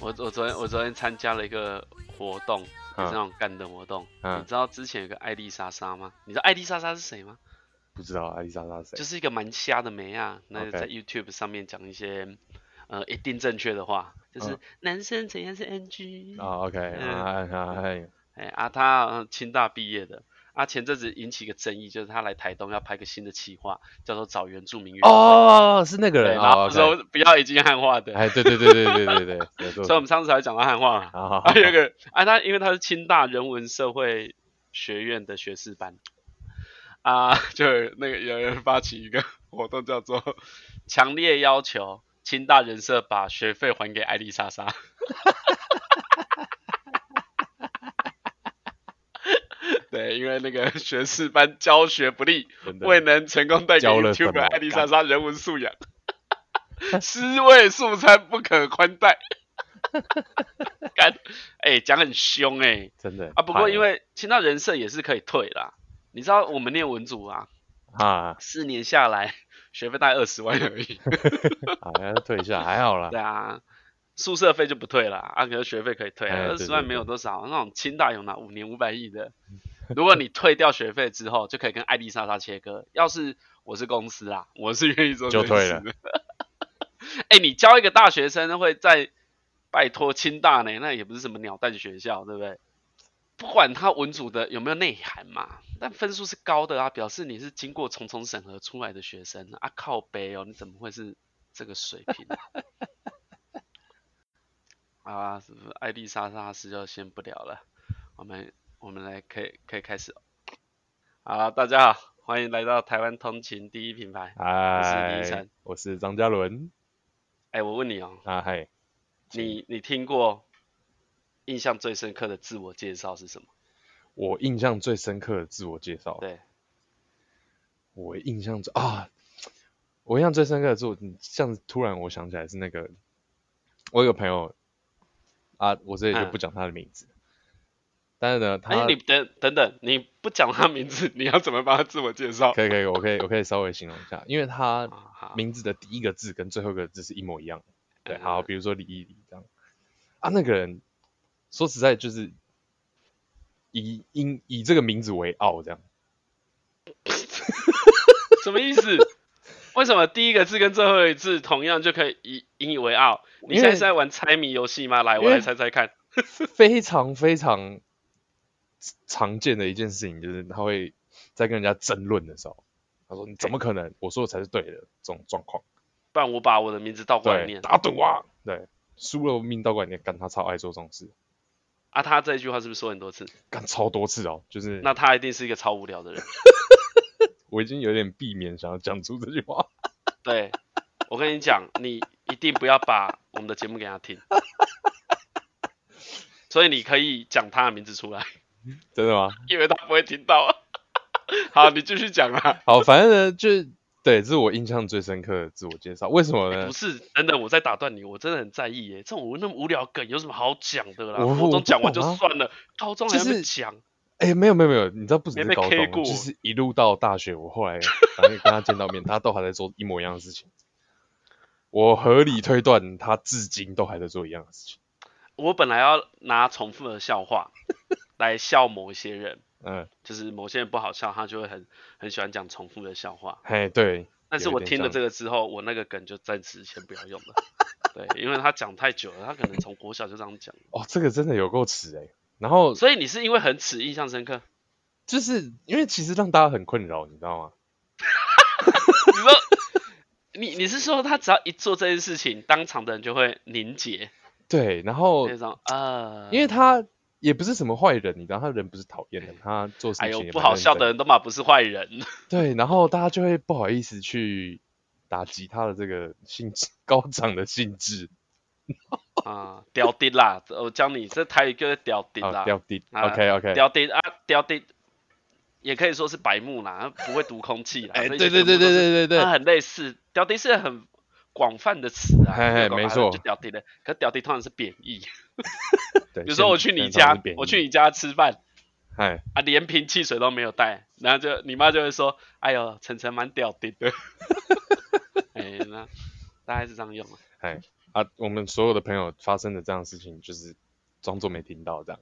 我我昨天我昨天参加了一个活动，也是那种干的活动。嗯你知道之前有个艾丽莎莎吗？你知道艾丽莎莎是谁吗？不知道艾丽莎莎是谁？就是一个蛮瞎的妹啊，那就 OK 在 YouTube 上面讲一些呃一定正确的话，就是嗯男生怎样是 NG，啊，OK，啊啊哎，哎啊，他呃清大毕业的。啊，前阵子引起一个争议，就是他来台东要拍个新的企划，叫做找原住民乐团，哦，是那个对，人然哦后，OK，说不要已经汉化的，哎，对对对对对对对，没错所以我们上次才讲到汉化嘛。好好好啊，有一个啊，他因为他是清大人文社会学院的学士班，啊，就有那个有人发起一个活动，叫做强烈要求清大人社把学费还给艾丽莎莎。 对，因为那个学士班教学不力，真的未能成功带给教了什么 YouTube 艾丽莎莎人文素养， 尸位素餐不可宽待。 干，哎、讲很凶哎、真的啊！不过因为清大人社也是可以退啦，你知道我们念文组啊，啊，四年下来学费大概二十万而已，好像退一下还好啦，对啊，宿舍费就不退啦，啊，可是学费可以退哎啊，二对十对万对嗯没有多少，那种清大有拿五年五百亿的，如果你退掉学费之后，就可以跟艾丽莎莎切割。要是我是公司啦，我是愿意做这就件退事了的。哎、你教一个大学生会在拜托清大呢，那也不是什么鸟蛋学校，对不对？不管他文组的有没有内涵嘛，但分数是高的啊，表示你是经过重重审核出来的学生啊，靠北哦，你怎么会是这个水平 啊？啊，是不是艾丽莎莎是就先不聊了，我们我们来可以可以开始。好了，大家好，欢迎来到台湾通勤第一品牌。嗨我是李依晨，我是张嘉伦，哎、我问你哦，啊嗨，你你听过印象最深刻的自我介绍是什么？我印象最深刻的自我介绍，对，我印象最啊，我印象最深刻的是我，像突然我想起来是那个，我有个朋友啊，我这里就嗯不讲他的名字，但是呢，他哎、你等等等，你不讲他名字，你要怎么帮他自我介绍？可以可以，我可以我可以稍微形容一下，因为他啊好名字的第一个字跟最后一个字是一模一样的。对，嗯好，比如说李一李这样啊，那个人说实在就是以因以这个名字为傲这样， 什么意思？为什么第一个字跟最后一个字同样就可以以引以为傲？你因为现在是在玩猜谜游戏吗？来，因我为来猜猜看。非常非常常见的一件事情，就是他会在跟人家争论的时候，他说你怎么可能？我说的才是对的这种状况，不然我把我的名字倒过来对，念。打赌啊，对，输了命倒过来念，干他超爱做这种事，啊，他这一句话是不是说很多次？干超多次哦，就是那他一定是一个超无聊的人。我已经有点避免想要讲出这句话，对，我跟你讲，你一定不要把我们的节目给他听。所以你可以讲他的名字出来，真的吗？因为他不会听到啊。好，你继续讲啊。好，反正呢，就是对，这是我印象最深刻的自我介绍。为什么呢哎不？是，等等，我再打断你，我真的很在意耶。这种那么无聊的梗有什么好讲的啦？我高我中不讲完就懂啊算了，高中还就要被是讲。哎、没有没有没有，你知道不只没是被高 K 中，过就是一路到大学，我后来反正跟他见到面，他都还在做一模一样的事情。我合理推断，他至今都还在做一样的事情。我本来要拿重复的笑 话来笑某一些人，嗯，就是某些人不好笑，他就会很很喜欢讲重复的笑话。嘿，对，但是有一我点听了像这个之后，我那个梗就暂时先不要用 了。对，因为他讲太久了，他可能从国小就这样讲。哦，这个真的有够耻哎、然后所以你是因为很耻印象深刻？就是因为其实让大家很困扰，你知道吗？你说你你是说他只要一做这件事情，当场的人就会凝结对，然后那种啊？因为他也不是什么坏人，你知道，他人不是讨厌的，他做事哎情也呦蛮不好认笑真的人都嘛不是坏 人，对，然后大家就会不好意思去打击他的这个兴致，高涨的兴致啊，屌丁啦！我教你，这台语叫做屌丁啊，啦，掉地。啊 OK OK，屌丁啊，屌丁，也可以说是白目啦，不会读空气啦。哎，所对以对全对对部都是，对对对它，很类似，屌丁是很广泛的词啊，嘿嘿很广泛没错就屌丁的。可屌丁通常是贬义，对比如说我去你家，我去，你家吃饭现在当然是贬义哎，啊，连瓶汽水都没有带，然后就你妈就会说，哎呦， 晨晨蛮屌丁的。哎，那大概是这样用啊。啊，我们所有的朋友发生的这样的事情，就是装作没听到这样。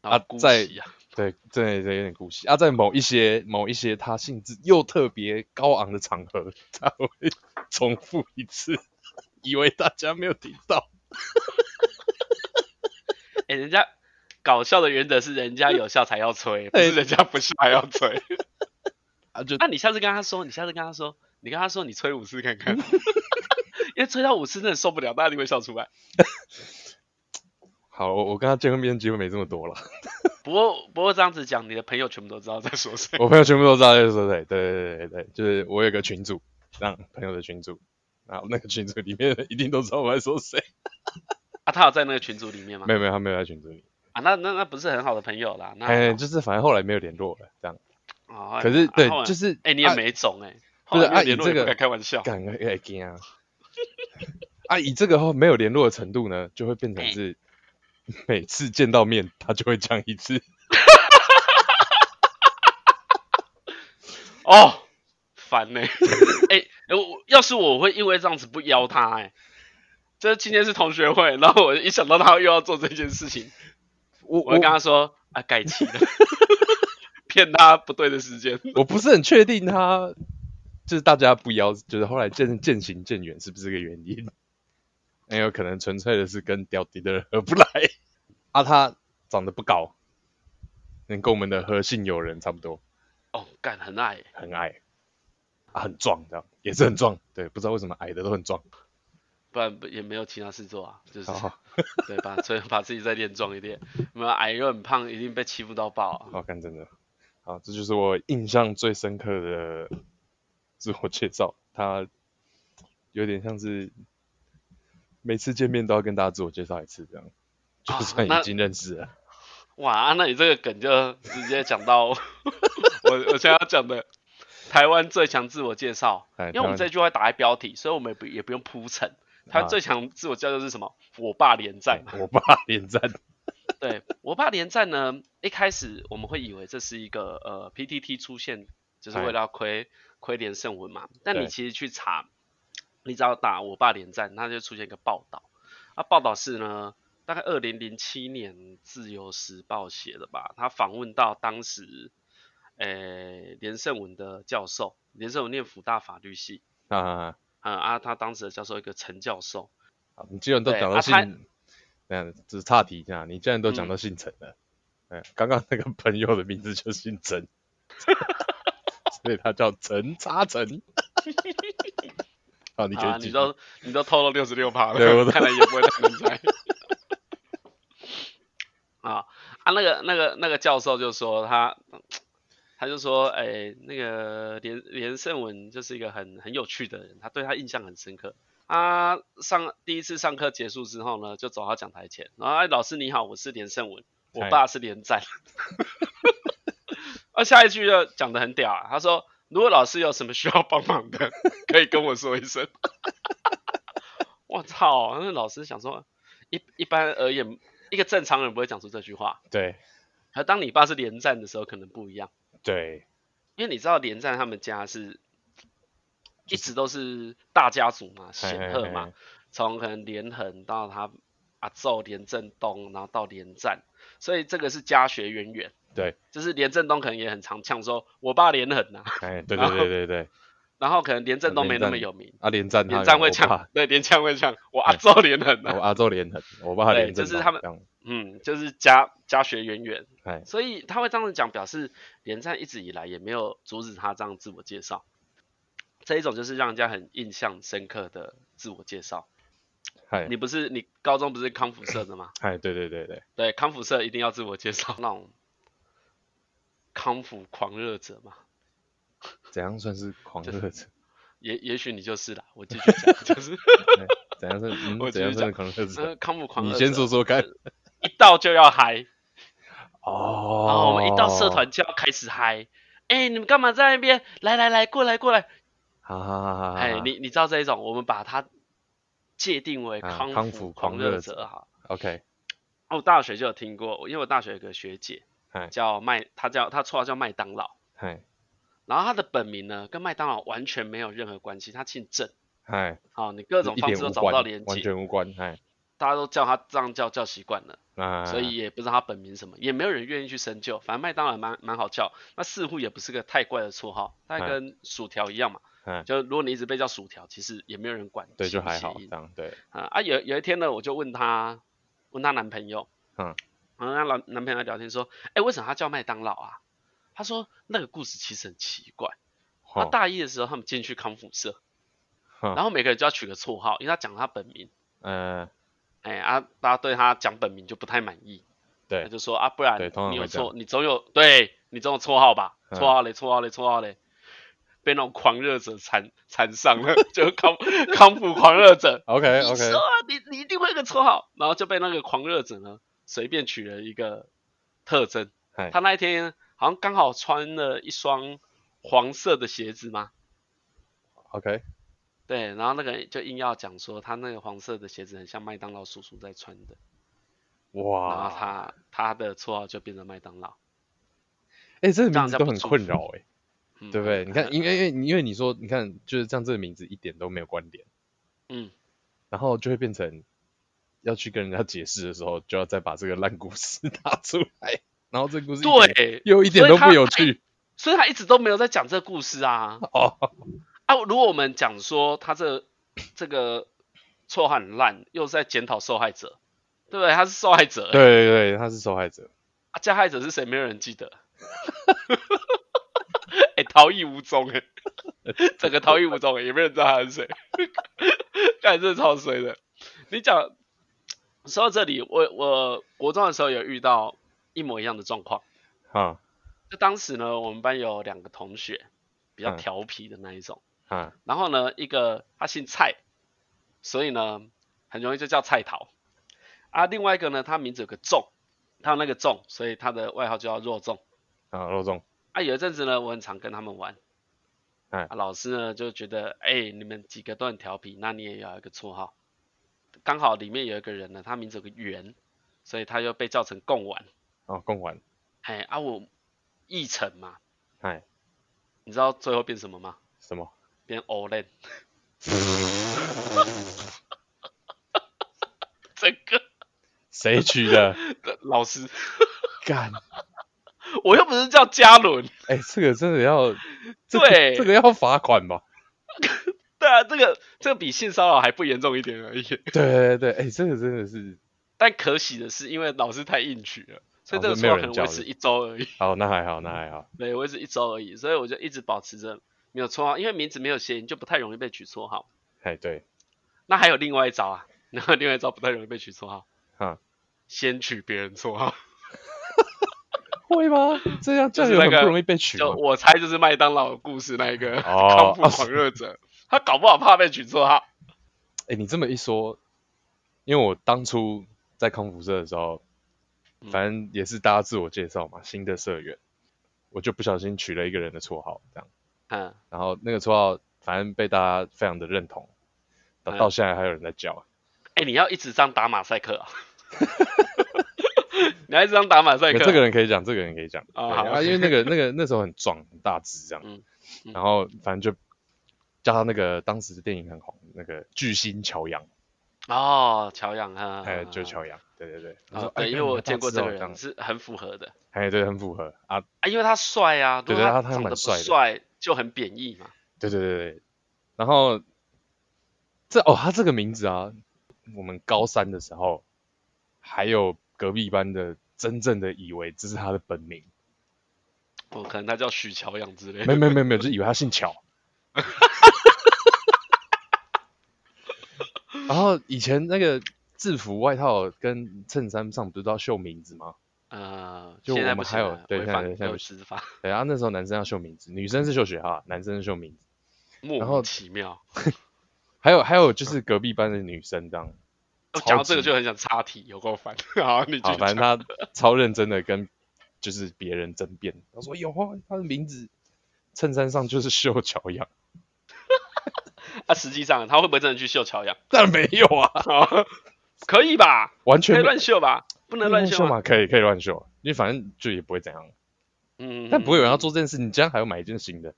然后姑息啊，对，这这有点姑息啊，在某一些某一些他性质又特别高昂的场合，他会 重复一次，以为大家没有听到。哎、人家搞笑的原则是人家有笑才要吹，不哎是人家不笑还要 吹。啊，就那、你下次跟他说，你下次跟他说，你跟他说你吹五次看看， 因为吹到五次真的受不了，大家一定会笑出来。好，我我跟他见面机会没这么多了，不过不过这样子讲，你的朋友全部都知道在说谁。我朋友全部都知道，就是说对对对对对，就是我有个群组，让朋友的群组，然后那个群组里面的人一定都知道我在说谁。啊，他有在那个群组里面吗没？有没有，他没有在群组里，啊，那那那不是很好的朋友啦。那哎，就是反正后来没有联络了，这样。哦可是对，就是是哎、你也啊没种哎、不是后来啊没有联以络这也不个敢开玩笑。感会会惊啊！啊，以这个后没有联络的程度呢，就会变成是每次见到面他就会讲一次，哦，烦呢、欸。哎、我要是我会因为这样子不邀他哎、这今天是同学会，然后我一想到他又要做这件事情， 我我会跟他说啊改期了，骗他不对的时间。我不是很确定他就是大家不邀，就是后来渐渐行渐远是不是这个原因？也有可能纯粹的是跟屌迪的人合不来啊，他长得不高，能跟我们的何姓友人差不多，哦，干很爱欸、很矮啊，很壮，这样也是很壮，对，不知道为什么矮的都很壮，不然不也没有其他事做啊，就是、好对把所以把自己再练壮一点，没有矮又很胖，一定被欺负到爆、啊。好看，真的。好，这就是我印象最深刻的自我介绍，它有点像是每次见面都要跟大家自我介绍一次，这样就啊算那已经认识了。哇，啊那你这个梗就直接讲到 我我现在要讲的台湾最强自我介绍，哎因为我们台湾这句话打在标题，所以我们也不也不用铺陈。台啊湾最强自我介绍是什么？我爸连 战。我爸点赞，对我爸连战呢，一开始我们会以为这是一个呃 PTT 出现，就是哎为了要亏亏连胜文嘛。但对你其实去查，你只要打我爸连战，它就出现一个报道。啊，报道是呢，大概二零零七年《自由时报》写的吧，他访问到当时，诶、连胜文的教授，连胜文念辅大法律系，啊，嗯啊，他当时的教授一个陈教授，好，你既然都对讲啊到他嗯姓，那、样只是岔题一下，你既然都讲到姓陈了，哎、刚刚那个朋友的名字就姓陈， 所以他叫陈叉 陈。好，你可以啊，继你续。都你都偷了六十六趴了，对我都看来也不会太能猜。 啊啊，那个那个那个教授就说他，他就说，哎、那个连连胜文就是一个很很有趣的人，他对他印象很深刻。他上第一次上课结束之后呢，就走到讲台前，然后哎，老师你好，我是连胜文，我嗨爸是连战。 啊，下一句就讲的很屌啊，他说如果老师有什么需要帮忙的，可以跟我说一声。 我操，那老师想说，一一般而言，一个正常人不会讲出这句话，对而当你爸是连战的时候，可能不一样，对，因为你知道连战他们家是。一直都是大家族嘛，显赫嘛，从可能连横到他阿昼连振东，然后到连战，所以这个是家学渊源。对，就是连振东可能也很常呛说，我爸连横啊， 哎，对然对后对对对，然后可能连振东没那么连战有名，啊，连战他连战有会我呛爸，对，连战会呛，我阿对周连横 我啊，阿周连横，我爸对连就战是龙他们这样嗯，就是家家学渊源，哎，所以他会这样子讲，表示连战一直以来也没有阻止他这样自我介绍。这一种就是让人家很印象深刻的自我介绍。嗨你不是你高中不是康复社的吗？嗨，对对对对，对，康复社一定要自我介绍，那种康复狂热者嘛，怎样算是狂热者？也也许你就是啦。我继续讲，就是 哎怎样算？嗯我继怎续样讲算是狂热呃者？康复狂热你者。先说说看。一到就要嗨，哦然后我们一到社团，就要开始嗨。哎、你们干嘛在那边？来来来，过来过来。哈哈哈哈哈。哎、你你知道这一种，我们把它界定为啊康康复复狂狂热热者者哈。 OK，啊我大学就有听过，因为我大学有个学姐嗨叫麦，她叫她绰号叫麦当劳，嗨然后她的本名呢跟麦当劳完全没有任何关系，她姓郑，哎，好，你各种一方点式都无找不到关连，完接，全无关，哎，大家都叫他这样叫叫习惯了，啊，所以也不知道他本名什么，也没有人愿意去深究。反正麦当劳蛮蛮好叫，那似乎也不是个太怪的绰号，它哎跟薯条一样嘛，哎，就如果你一直被叫薯条，其实也没有人管，对，起就不还起好因这样，对，啊啊，有有一天呢，我就问她，问她男朋友，嗯，然后她男男朋友聊天说，哎、为什么他叫麦当劳啊？她说那个故事其实很奇怪。他好，大一的时候，他们进去康复社，哼然后每个人就要取个绰号，因为他讲他本名，呃，哎、啊，大家对他讲本名就不太满意，他对，就说啊，不然对通常你有会这样错，你总有对你总有绰号吧？嗯绰号嘞，绰号嘞，绰号嘞，被那种狂热者缠缠上了， 就是康康复狂热者， ，OK 你 OK，说啊你你一定会有个绰号，然后就被那个狂热者呢随便取了一个特征嗨。他那一天好像刚好穿了一双黄色的鞋子嘛， OK，对，然后那个人就硬要讲说他那个黄色的鞋子很像麦当劳叔叔在穿的，然后哇，他他的绰号就变成麦当劳，哎，这这个名样字就都不很舒困服扰，哎，嗯对不对？你看，因为因为你因为你说，你看，就是这样，这个名字一点都没有关联，嗯，然后就会变成要去跟人家解释的时候，就要再把这个烂故事 拿出来，然后这个故事一点对，又一点所以都他不有趣所以他一直都没有在讲这个故事啊哦，啊！如果我们讲说他这 这个绰号很烂，又是在检讨受害者，对不对？他是受害者、欸，对对对，他是受害者，啊，加害者是谁？没有人记得。 哎、逃逸无踪哎、 整个逃逸无踪、欸，也没有人知道他是谁。 干，这超衰的。你讲说到这里，我我国中的时候有遇到一模一样的状况。哈就当时呢，我们班有两个同学比较嗯调皮的那一种，哈然后呢，一个他姓蔡，所以呢很容易就叫蔡桃啊。另外一个呢，他名字有个仲，他有那个仲，所以他的外号就叫肉粽。啊，肉粽，啊，有一阵子呢，我很常跟他们玩。哎啊，老师呢就觉得，哎、你们几个都很调皮，那你也要有一个绰号。刚好里面有一个人呢，他名字有个圆，所以他就被叫成贡丸。哦，贡丸，哎、啊，我义成嘛，哎，你知道最后变什么吗？什么？ 变 Olen，整个谁取 的？的老师，干，我又不是叫嘉伦。哎、这个真的 要，这个对这个要罚款吧？ 对啊，这个这个比性骚扰还不严重一点而已。 对对对，哎、这个真的是，但可喜的是，因为老师太硬取了，所以这老个绰号师哦没有可人能叫维持一周而已。 好，那还好，那还好，对，我也是一周而已，所以我就一直保持着没有绰啊号，因为名字没有谐音，就不太容易被取绰号。哎，对，那还有另外一招啊， 然后另外一招不太容易被取绰号，哈， 先取别人绰号。 会吗？这样这就是样有那很个不容易被取就吗？我猜就是麦当劳的故事那一个 康哦复狂热者，他搞不好怕被取绰号。哎、你这么一说，因为我当初在康复社的时候，嗯反正也是大家自我介绍嘛，新的社员，我就不小心取了一个人的绰号，这样，嗯，然后那个绰号反正被大家非常的认同，到嗯到现在还有人在叫，哎、你要一直这样打马赛克 啊！ 你要一直这样打马赛没克，有这个人可以讲，这个人可以讲啊对好啊，因 为那个那个那时候很壮很大只这样，嗯嗯然后反正就加上那个当时电影很红那个巨星乔洋，哦，乔洋哈，哎、就是乔洋，对对对，我啊，说哦对，因为我见过这个，哎你好大人只哦是很符合的样哎对，很符合啊，啊，因为他帅啊，对如果对他他长得蛮不帅的帅就很贬义嘛，对对对对，然后这哦他这个名字啊，我们高三的时候还有隔壁班的真正的以为这是他的本名，哦，可能他叫许乔洋之类没的，没没没有，就以为他姓乔。然后以前那个制服外套跟衬衫上不是都要绣名字吗？呃，就现在我们不行还有了，对违现在反现在六不十法，对啊，那时候男生要绣名字，女生是绣学号，啊男生是绣名字。莫然后名其妙。还有还有就是隔壁班的女生 这样，我超讲到这个级就很想插题，有够烦。好，你继好，续反正讲。他超认真的跟就是别人争辩，他说有啊，他的名字衬衫上就是绣乔 洋，啊，实际上他会不会真的去秀乔洋？ 但没有啊，好可以吧？完可全以没乱秀吧？不能乱啊秀秀吗？嘛，可以可以乱秀，因为反正就也不会怎样。嗯，但不会有人要做这件事，你这样还要买一件新的，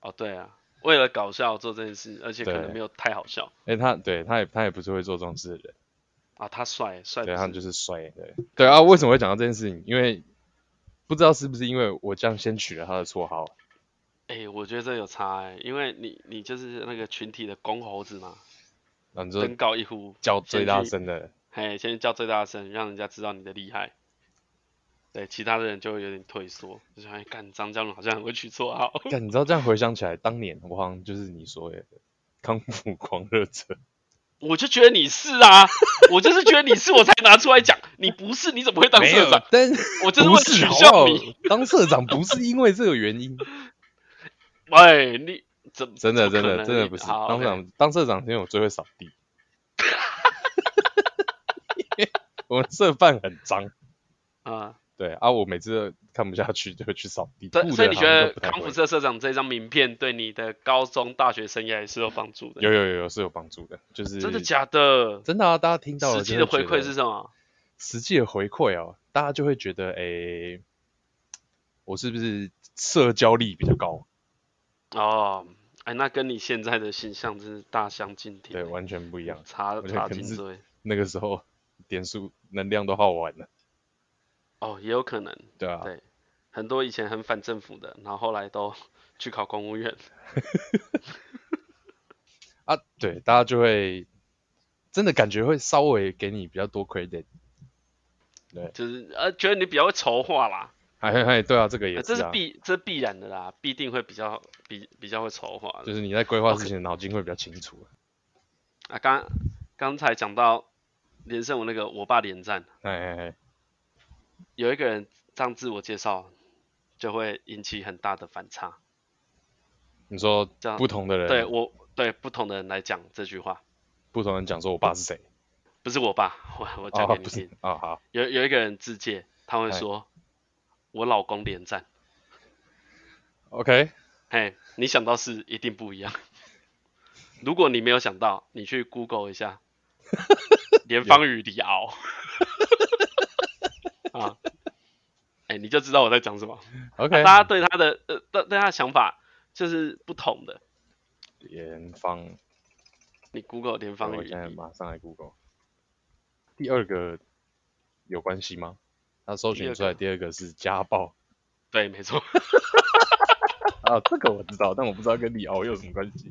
哦，对啊，为了搞笑做这件事，而且可能对没有太好笑哎、他对他也他也不是会做这种事的人。啊。他帅帅不对，是，他就是衰，对对啊，为什么会讲到这件事情？因为不知道是不是因为我这样先取了他的绰号，哎、我觉得这有差哎、因为你你就是那个群体的公猴子嘛，然后你登就高一呼，叫最大先去声的，嘿，先叫最大声，让人家知道你的厉害。对，其他的人就会有点退缩，就想哎，干张嘉伦好像很会取绰号。 但你知道这样回想起来，当年我好像就是你说的康复狂热者，我就觉得你是啊，我就是觉得你是，我才拿出来讲。你不是，你怎么会当没社有长？，但我真的不会是取好笑不你。好？当社长不是因为这个原 因，哎，你怎真的怎真么可的能真的不是好当 OK 社长，当社长是因为我最会扫地， 我们社办很脏，啊？对啊，我每次都看不下去就会去扫地，所顾以所以得你好觉像得都不太康会复社社长这张名片对你的高中、大学生涯也是有帮助的？有有有有是有帮助的，就是真的假的？真的啊，大家听到了实际真的觉回馈得是什么？实际的回馈哦，大家就会觉得，诶，我是不是社交力比较高？哦，哎，那跟你现在的形象真是大相径庭，对，完全不一样。差我觉得差可能颈是椎。那个时候点数能量都耗完了，哦，也有可能，对啊，对，很多以前很反政府的，然后后来都 去考公务员， 啊，对，大家就会真的感觉会稍微给你比较多 credit。就是呃，觉得你比较会筹划啦，哎哎，哎对啊，这个也呃这是是啊，必这是必然的啦，必定会比较比比较会筹划的。就是你在规划 OK 事情的脑筋会比较清楚。啊，刚刚才讲到连胜我那个我爸连战，哎哎哎，有一个人这样自我介绍，就会引起很大的反差。你说这样不同的人，对我对不同的人来讲这句话，不同人讲说我爸是谁？不是我爸，我我讲哦，给你不听是。，哦，好，有有一个人自介，他会哎说我老公连战， OK，嘿，你想到是一定不一样。如果你没有想到，你去 Google 一下，连方与李敖啊，哎、你就知道我在讲什么。 OK，啊大家对他的呃对对他的想法就是不同的。严方，你 Google 连方我与现在李马上来 Google。第二个有关系吗？他搜第二寻个出来第二个是家暴对，没错， 啊，这个我知道，但我不知道跟李敖有什么关 系。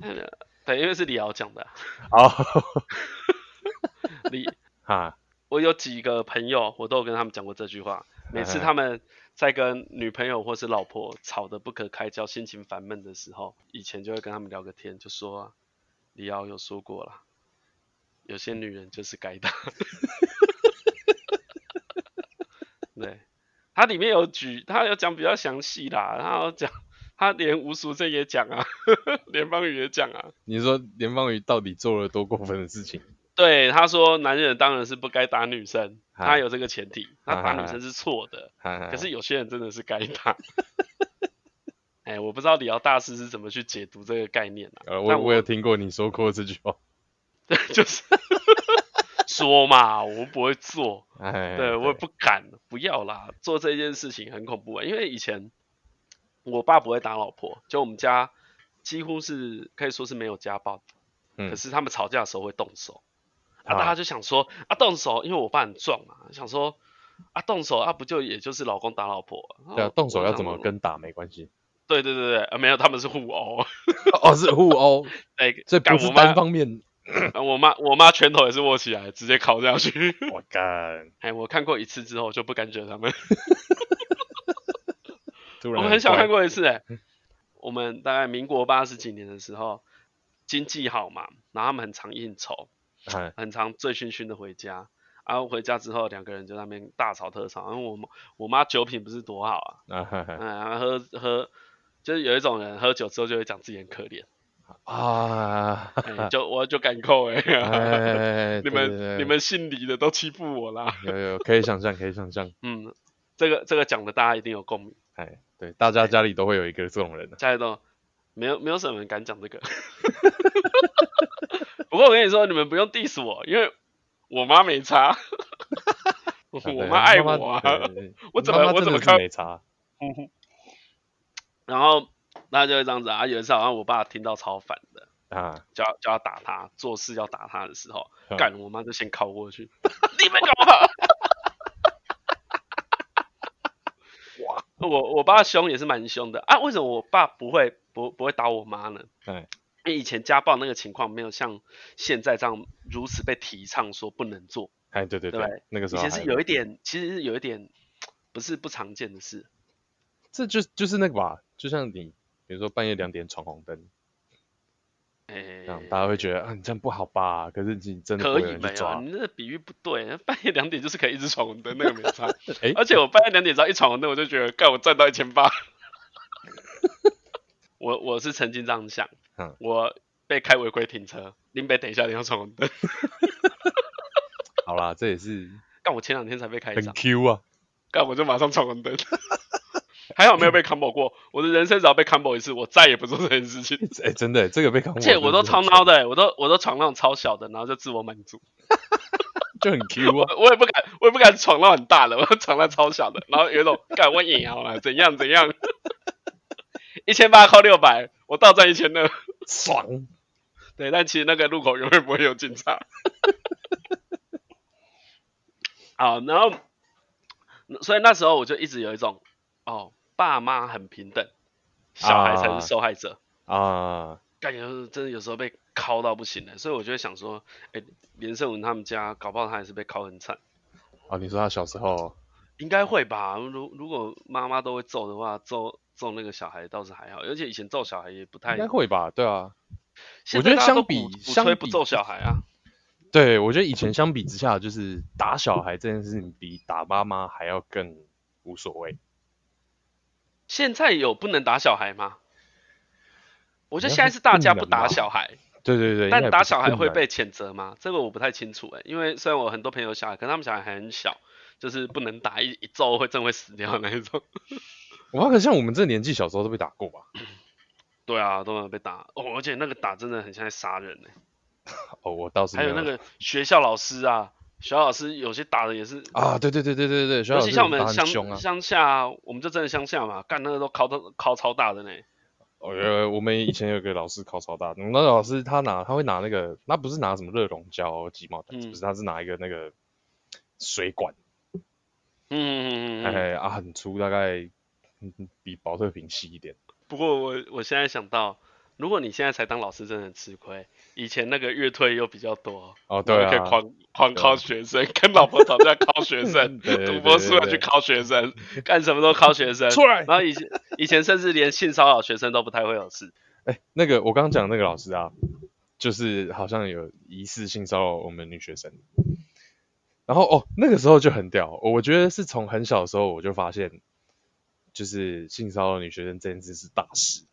对，因为是李敖讲的啊、哦，李 哈，我有几个朋友，我都有跟他们讲过这句话。每次嗯他们在跟女朋友或是老婆吵得不可开交、心情烦闷的时候，以前就会跟他们聊个天，就说、啊、李敖有说过啦，有些女人就是该打。 对，它里面有举，他有讲比较详细啦，然后讲他连吴淑珍也讲啊， 连方宇也讲啊，你说连方宇到底做了多过分的事情？对，他说男人当然是不该打女生，啊他有这个前提，他打啊女生是错的， 哈哈哈可是有些人真的是该打。哎，我不知道李敖大师是怎么去解读这个概念啊，呃，但我我我有听过你说过这句话。对， 就是 说嘛，我不会做， 哎，对我也不敢，不要啦，做这件事情很恐怖啊，因为以前我爸不会打老婆，就我们家几乎是可以说是没有家暴，嗯可是他们吵架的时候会动手，啊，啊大家就想说啊动手，因为我爸很壮嘛，想说啊动手啊不就也就是老公打老婆，然后对啊，动手我要想怎么说？跟打没关 系。对对对对，啊没有，他们是互殴，哦，是互殴，哎，所以干不是我妈单方面。啊我妈我妈拳头也是握起来，直接敲下去。 我干，哎，我看过一次之后就不敢惹他们。突我然们很小怪看过一次、欸，我们大概民国八十几年的时候，经济好嘛，然后他们很常应酬，哎很常醉醺醺的回家，然后回家之后两个人就在那边大吵特吵，因为我妈我妈酒品不是多好啊，啊哈哈 嗯，然后喝喝就是有一种人喝酒之后就会讲自己很可 怜，啊！哎，就我就敢扣哎、哎， 你对对对们你们姓李的都欺负我啦，有有可以想象，可以想象，嗯，这个这个讲的大家一定有共鸣，哎，对，大家家里都会有一个这种人啊的、家里都没有没有什么人敢讲这个。 不过我跟你说，你们不用 diss 我，因为我妈没 差，我对妈爱哎妈我啊。对对对我怎么妈妈我怎么真的是看没差？然后那就会这样子啊。有一次好像我爸听到超烦的，啊，叫叫他打他，做事要打他的时候，嗯干我妈就先靠过 去， 你们干嘛？哇！我我爸凶也是蛮凶的啊，为什么我爸不会不不会打我妈呢？哎，因为以前家暴那个情况没有像现在这样如此被提倡说不能做，哎，对对对对，那个时以候前还是有一点，其实是有一点不是不常见的事。这就就是那个吧，就像你比如说半夜两点闯红灯，哎这，样大家会觉得啊，你这样不好吧？可是你真的不可会有以人去没有？啊抓，你那个比喻不对，半夜两点就是可以一直闯红灯，那个没 差。哎，而且我半夜两点只要一闯红灯，我就觉得，干我赚到一千 八。我我是曾经这样想，嗯我被开违规停车，林北等一下你要闯红 灯，好啦，这也是但我前两天才被开一很张， Q 啊，干我就马上闯红灯。还好没有被 combo 过，我的人生只要被 combo 一次，我再也不做这件事情。 哎，真的，这个被扛，而且我都超孬，的、欸我都我都闯那种超小的，然后就自我满足。就很 Q 啊，我我也不敢，我也不敢闯到很大的， 我闯到超小的，然后有一种干我赢好了，怎样怎样， 一千八扣六百，我倒赚一千二。爽，对，但其实那个路口永远不会有警察。 好，然后，所以那时候我就一直有一种，哦，爸妈很平等，小孩才啊是受害者。啊，感觉真的有时候被敲到不行了，所以我就会想说，哎、连胜文他们家搞不好他也是被敲很惨，哦，你说他小时候，应该会吧？如如果妈妈都会揍的话，揍揍那个小孩倒是还好，而且以前揍小孩也不太应该，会吧？对啊，现我觉在得大家都相比鼓鼓相吹不比揍小孩啊，对我觉得以前相比之下，就是打小孩这件事情比打妈妈还要更无所谓。现在有不能打小孩吗？我觉得应该现在是是大家不不能打吧小孩，对对对，应该但也打不是小孩不会能被谴责吗？这个我不太清楚哎、因为虽然我很多朋友有小孩，可他们小孩还很小，就是不能打，一一揍会真会死掉那一种。 我妈可像我们这年纪，小时候都被打过吧？对啊，都没有被打哦，而且那个打真的很像在杀人呢、哦，我倒是还没有那个学校老师啊，学校老师有些打的也是，啊，对对对对对对，学校尤老其师像我们打乡很凶啊。乡下啊，我们就真的乡下嘛，干那个都敲到敲超大的呢。哦，有我们以前有个老师考超大，我们那个老师他拿他会拿那个，他不是拿什么热熔胶、鸡毛掸子，嗯不是，他是拿一个那个水管，嗯嗯嗯嗯嗯。哎啊很粗，大概嗯比保特瓶细一点。不过我我现在想到，如果你现在才当老师，真的很吃亏。以前那个乐退又比较多，哦，对然后可以啊，狂狂对啊，敲学生，跟老婆吵架敲学生 对对赌对博对输了对去敲学生，干什么都敲 学生。出来！然后以前以前甚至连性骚扰学生都不太会有事。哎，那个我刚刚讲的那个老师啊，就是好像有疑似性骚扰我们女学生，然后哦那个时候就很屌，我觉得是从很小的时候我就发现，就是性骚扰女学生这件事是大事。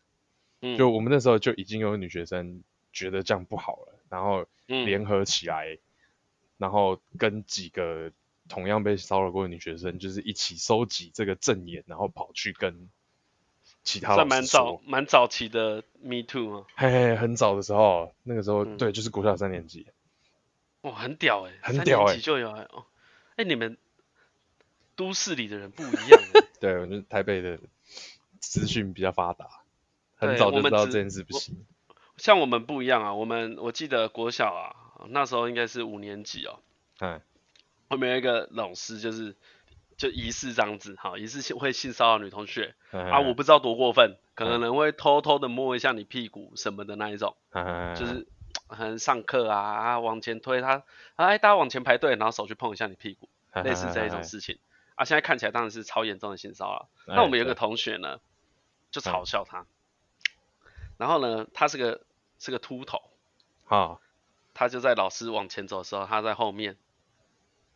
嗯，就我们那时候就已经有女学生觉得这样不好了，然后嗯联合起来，然后跟几个同样被骚扰过的女学生，就是一起收集这个证言，然后跑去跟其他老算师蛮说早。蛮早期的 Me Too 吗？嘿嘿，很早的时候，那个时候、嗯对，就是国小三年级，哇，很屌哎、很三屌年欸级就有哎、哦，哎、你们都市里的人不一样欸、 对，我觉得台北的资讯比较发达，很对早就我知们道只这件事不行。像我们不一样啊，我们我记得国小啊，那时候应该是五年级哦，哎，我们有一个老师就是就疑似这样子，好，疑似性会性骚扰女同学啊啊，我不知道多过分，可哎能会偷偷的摸一下你屁股什么的那一种。哎就是很上课啊啊往前推他，啊哎大家往前排队，然后手去碰一下你屁股，哎类似这一种事情啊。现在看起来当然是超严重的性骚扰。哎嗯那我们有一个同学呢，就嘲笑他，然后呢，他是个是个秃头，啊，他就在老师往前走的时候，他在后面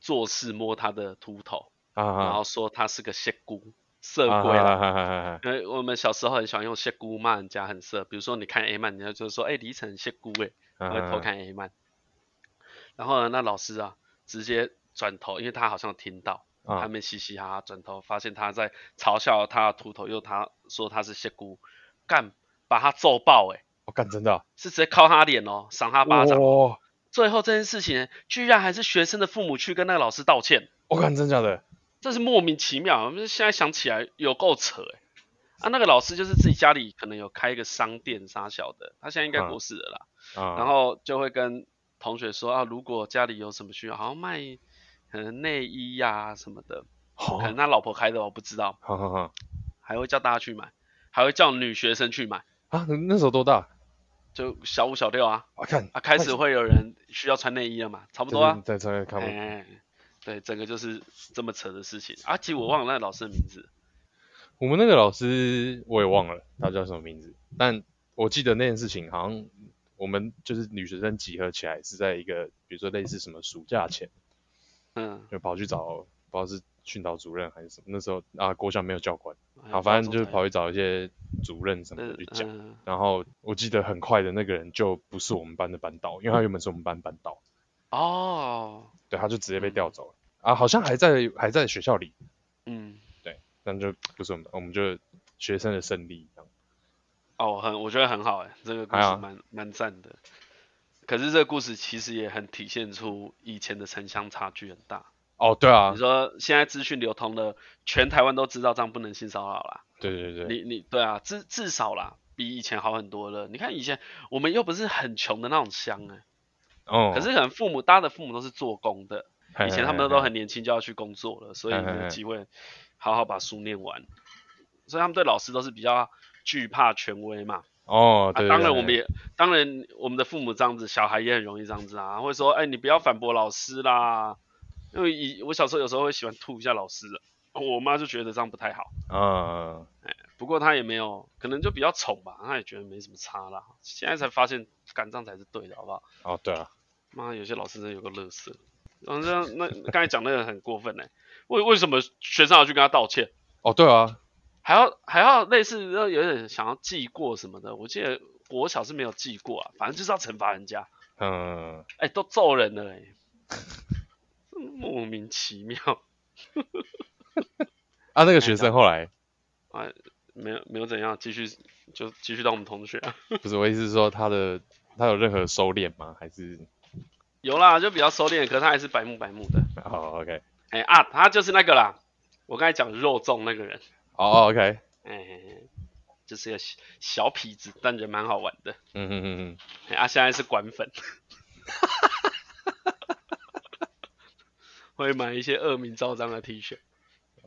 做事摸他的秃头，啊啊，然后说他是个色姑色鬼啦。了，因为我们小时候很喜欢用“色姑”骂人家很色，比如说你看 A 漫，你就说：“哎、李晨色姑哎、啊会偷看 A 漫。然后呢，那老师啊，直接转头，因为他好像听到，他啊们嘻嘻哈哈转头，发现他在嘲笑他的秃头，又他说他是谢姑，干把他揍爆、欸，我干真的啊，是直接敲他脸哦，赏他巴掌。哇，最后这件事情，居然还是学生的父母去跟那个老师道歉，我干真假的，这是莫名其妙。我们现在想起来有够扯、欸，啊，那个老师就是自己家里可能有开一个商店啥小的，他现在应该嗯过世了啦。啊，然后就会跟同学说啊，如果家里有什么需要，好像卖可能内衣呀、什么的，好，可能他老婆开的我不知道，好好好还会叫大家去买，还会叫女学生去买，啊，那那时候多大？就小五小六啊啊，看啊，开始会有人需要穿内衣了 嘛，差不多啊，在上面看哎、我，对，整个就是这么扯的事情啊。其实我忘了那个老师的名字，我们那个老师我也忘了他叫什么名字，但我记得那件事情好像我们就是女学生集合起来是在一个比如说类似什么暑假前，嗯，就跑去找不知道是训导主任还是什么，那时候啊国校没有教官，哎好，反正就是，高中跑去找一些主任什才么的有去讲。嗯，然后我记得很快的那个人就不是我们班的班导，因为他原本是我们班班导，哦，对，他就直接被调走了、啊，好像还在还在学校里，嗯，但就不是我们班，我们就学生的胜利这样。哦，很，我觉得很好哎、这个故还好事蛮蛮赞的。可是这个故事其实也很体现出以前的城乡差距很大。哦，对啊你，说现在资讯流通了，全台湾都知道这样不能性骚扰啦。对对对，你你对啊，至至少啦，比以前好很多了。你看以前我们又不是很穷的那种乡哎、哦，哎可是可能父母大家的父母都是做工的，嘿以前他们嘿都嘿很年轻就要去工作了，所以没嘿嘿有嘿机会好好把书念完，所以他们对老师都是比较惧怕权威嘛。哦，啊，对对当然对我们也，当然我们的父母这样子，小孩也很容易这样子啊，会说，哎，你不要反驳老师啦，因为以我小时候有时候会喜欢吐一下老师的，我妈就觉得这样不太好，嗯，不过她也没有，可能就比较宠吧，她也觉得没什么差啦，现在才发现，敢这样才是对的，好不好？哦对啊，妈，有些老师真的有个乐色，然后那那刚才讲那个很过分呢、欸为为什么学生要去跟他道歉？哦对啊，还要还要类似呃有点想要记过什么的，我记得国小是没有记过啊，反正就是要惩罚人家。嗯，哎、都揍人了哎、莫名其妙，啊那哎个学生后来没有没有怎样，继续就继续当我们同学、啊。不是我意思是说他的他有任何收敛吗？还是有啦，就比较收敛，可是他还是白目白目的。哦 OK，哎、啊，他就是那个啦，我刚才讲肉粽那个人，哦哦 OK，哎、就是个小小痞子，但人蛮好玩的。嗯嗯嗯嗯，哎、啊，现在是管粉， 会买一些恶名昭彰的 T 恤。嗯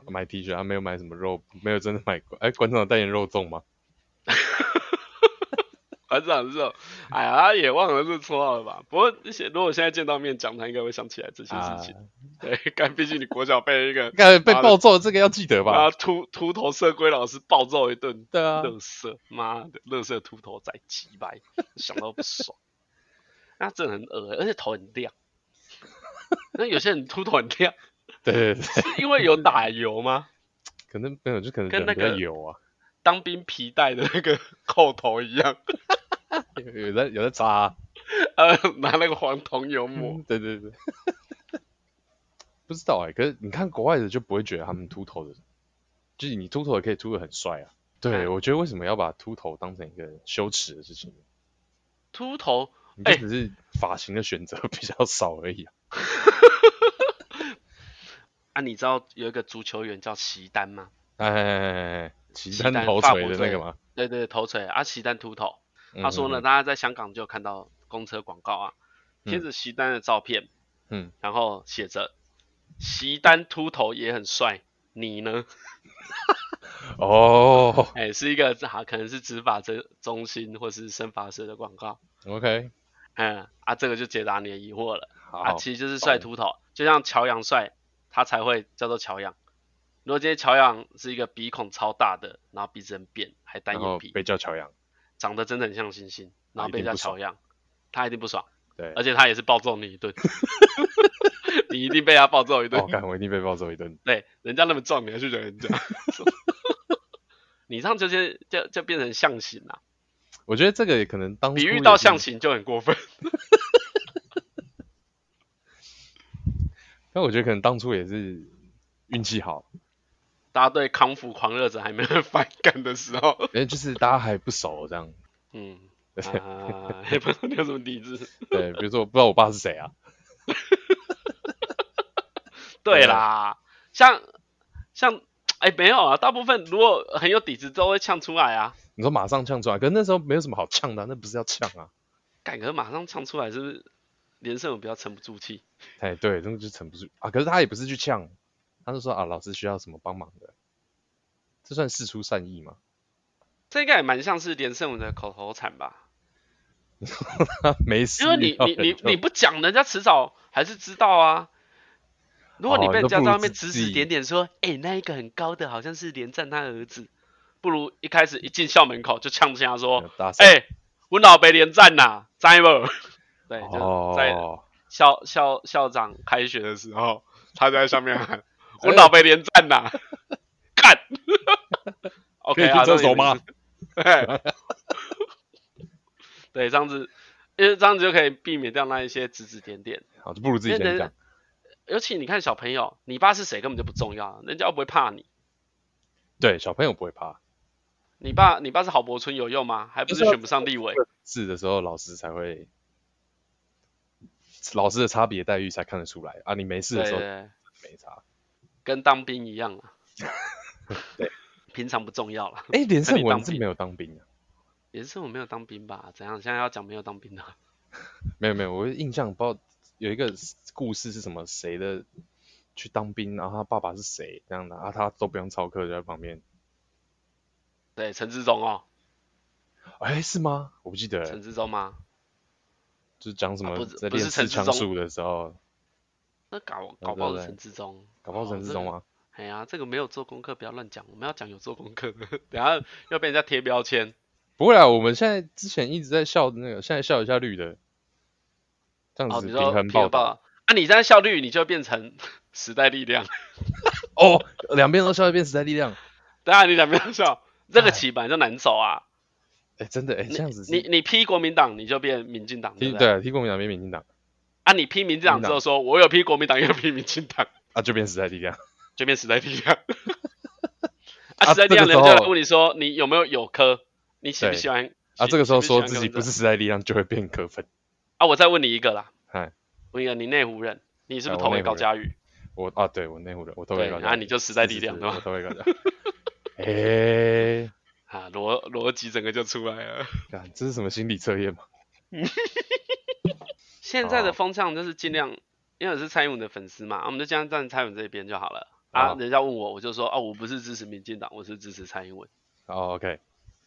买 T 恤，他没有买什么肉，没有真的买过。哎，馆长有代言肉粽吗？馆长是哦，哎呀，他也忘了是绰号了吧？不过这些如果现在见到面讲，他应该会想起来这些事啊情。对，但毕竟你国小被一个看被妈的暴揍，这个要记得吧啊？秃秃头社龟老师暴揍一顿，对啊，乐色，妈的，乐色秃头仔鸡掰，想到不爽。那真的很恶欸而且头很亮。那有些人秃头很亮，对对对，是因为有打油吗？可能没有，就可能跟人那比较个有啊，当兵皮带的那个扣头一样，有有在有在扎啊、呃，拿那个黄桐油抹。对对 对，不知道哎、可是你看国外的就不会觉得他们秃头的，就是你秃头也可以秃的很帅啊。对，嗯我觉得为什么要把秃头当成一个羞耻的事情？秃头你就哎只是发型的选择比较少而已啊。啊，你知道有一个足球员叫席丹吗？哎哎哎哎哎，齐齐丹丹头法锤国的那队个吗？对对，头锤啊，席丹秃头。嗯他说呢，嗯大家在香港就有看到公车广告啊，贴嗯着席丹的照片，嗯，然后写着“席丹秃头也很帅”，你呢？ 嗯哦哎，是一个啊，可能是执法中中心或是生发社的广告。 ，OK，嗯，啊，这个就解答你的疑惑了啊，好，其实就是帅秃头，就像乔洋帅，他才会叫做乔洋。如果今天乔洋是一个鼻孔超大的，然后鼻子很扁，还单然后眼皮，被叫乔洋，长得真的很像星星，然后一被定人家不爽乔样，他一定不爽，对，而且他也是暴揍你一顿， 你一定被他暴揍一顿。哦我看我一定被暴揍一顿。对，人家那么壮，你还去惹人家， 你这样就是就就变成象形啦、我觉得这个也可能当比初喻也到是象形就很过分。 但我觉得可能当初也是运气好，大家对康复狂热者还没有反感的时候，因为就是大家还不熟这样。嗯，啊，也不知道你有什么抵制。对，比如说我不知道我爸是谁啊，对啦，像像哎，没有啊，大部分如果很有底子都会呛出来啊。你说马上呛出来，可是那时候没有什么好呛的啊、那不是要呛啊？改革马上呛出来，是不是连胜文比较沉不住气？哎，对，那个就沉不住啊。可是他也不是去呛，他是说啊，老师需要什么帮忙的，这算事出善意吗？ 这应该也蛮像是连胜文的口头禅吧？没事，因为你你你你不讲，人家迟早还是知道啊。如果你哦被人家在那不如外面自指己指点点说，哎、那一个很高的好像是连战他儿子，不如一开始一进校门口就呛呛他说，大声哎、我老被连战呐、在不？ 对，就在哦，校校校长开学的时候，他在上面 喊：“哎我老被连战呐、 干呃可以！”OK 去啊，厕那所吗你们？对， 对，这样子，因为这样子就可以避免掉那一些指指点点。好，就不如自己因为先人讲。尤其你看小朋友，你爸是谁根本就不重要，啊人家又不会怕你。对，小朋友不会怕，你爸，你爸是郝柏村有用吗？还不是不是啊选不上立委？是的时候老师才会，老师的差别待遇才看得出来啊。你没事对的时对候对，没差。跟当兵一样 啊。对，平常不重要了。哎，连胜那你当文是兵没有当兵啊？也是我没有当兵吧？怎样？现在要讲没有当兵的？没有没有，我印象不知道有一个故事是什么，谁的去当兵，然后他爸爸是谁这样的啊，他都不用操课就在旁边。对，陈志忠哦，哎，是吗？我不记得陈了，志忠吗？就是讲什啊么不是在不是练陈四志枪忠术的时候，那搞对搞不好对是对陈志忠，搞不好陈志这忠个啊。哎呀，这个没有做功课，不要乱讲。我们要讲有做功课的，等下要被人家贴标签。不会啦，我们现在之前一直在笑那个，现在笑一下绿的，这样哦，子你平说衡皮尔报报道。啊，你这样效率，你就变成 时代力量。哦，两边都笑一遍，时代力量。等下你两边都笑，这个哎棋本来就难走啊。哎，真的哎，你这样子是你你批国民党，你就变民进党，对踢不对对？啊，踢国民党变民进党啊，你批民进党之后说，我有批国民党，也有批民进党，啊，就变时代力量。就变时代力量。啊，啊时代力量这个时人候家来问你说，你有没有有科？你喜不喜欢？啊，喜这个时候喜喜说欢自己柯文不哲是时代力量，就会变科粉。啊，我再问你一个啦，哎，问一个，你内湖人，你是不哎是我投给内湖高人嘉瑜？我啊，对我内湖人，我都对，会搞然后你就时代力量的对我吧？都会搞的。哎， 啊，逻逻辑整个就出来了。看这是什么心理测验嘛？现在的哦风向就是尽量，因为我是蔡英文的粉丝嘛，我们就尽量站蔡英文这边就好了。啊，哦人家问我，我就说啊，我不是支持民进党，我是支持蔡英文，哦，OK，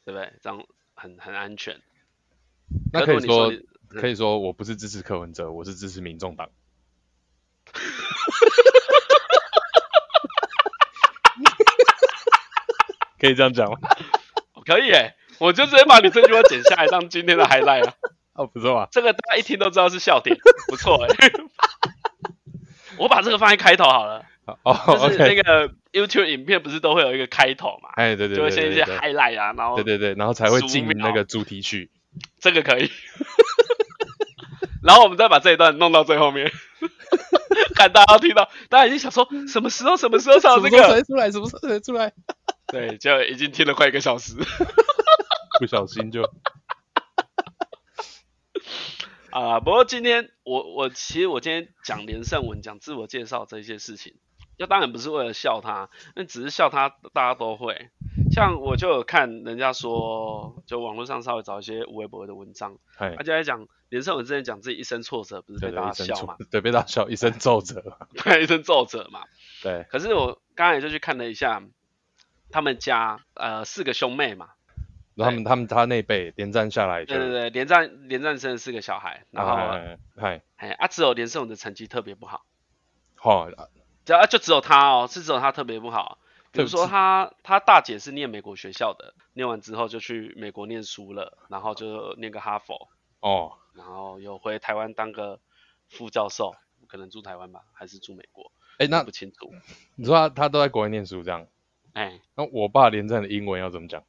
对不对？这样很很安全。那可可是以如果说你说嗯可以说我不是支持柯文哲，我是支持民众党。 可以这样讲吗？可以诶，我就直接把你这句话剪下来当今天 的 highlight 啊，哦，不错吧？这个大家一听都知道是笑点， 不错诶。我把这个放在开头好了，哦哦就是，OK，那个 YouTube 影片不是都会有一个开头嘛，哎，对对就对会先一些对对， highlight 啊，然后对对对，然后才会15进秒那个主题曲。这个可以。然后我们再把这一段弄到最后面，看大家听到，大家已经想说什么时候什么时候才有这什么时候个，才出来？什么时候才出来？对，就已经听了快一个小时不小心就啊。不过今天我我其实我今天讲连胜文讲自我介绍这些事情，就当然不是为了笑他，那只是笑他大家都会。像我就有看人家说，就网络上稍微找一些微博的文章，哎 他，就在讲连胜文之前讲自己一生挫折，啊不是对被对，大一家声笑嘛皱，，对，被大家笑，一声皱褶嘛。对，一生皱褶嘛。对，可是我刚才就去看了一下，他们家呃四个兄妹嘛，然后他们他们他那辈连战下来就，对对对，连战连战生了四个小孩，然后哎、哎，嗨，啊只有连胜文的成绩特别不好，好，只要啊就只有他哦，是只有他特别不好。比如特别说是他他大姐是念美国学校的，念完之后就去美国念书了，然后就念个哈佛，哦，然后又回台湾当个副教授，可能住台湾吧，还是住美国，哎，我那不清楚。你说他他都在国外念书这样，哎、那我爸连战的英文要怎么讲？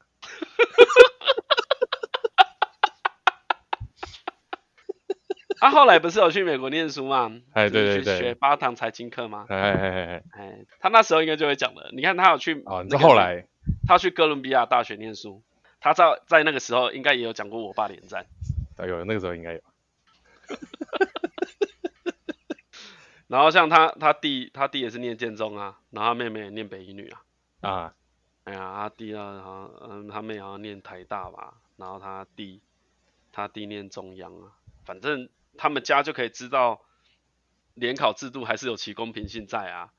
他、后来不是有去美国念书吗？哎就是对对对去学八堂财经课吗？哎哎哎哎，哎，他那时候应该就会讲了。你看他有去哦，你那个说后，来他去哥伦比亚大学念书，他在在那个时候应该也有讲过我爸连战。哎有那个时候应该有，然后像他他弟他弟也是念建中啊，然后他妹妹也念北一女啊，啊，哎呀，他弟啊，好像嗯，他妹好像念台大吧，然后他弟，他弟念中央啊，反正他们家就可以知道联考制度还是有其公平性在啊。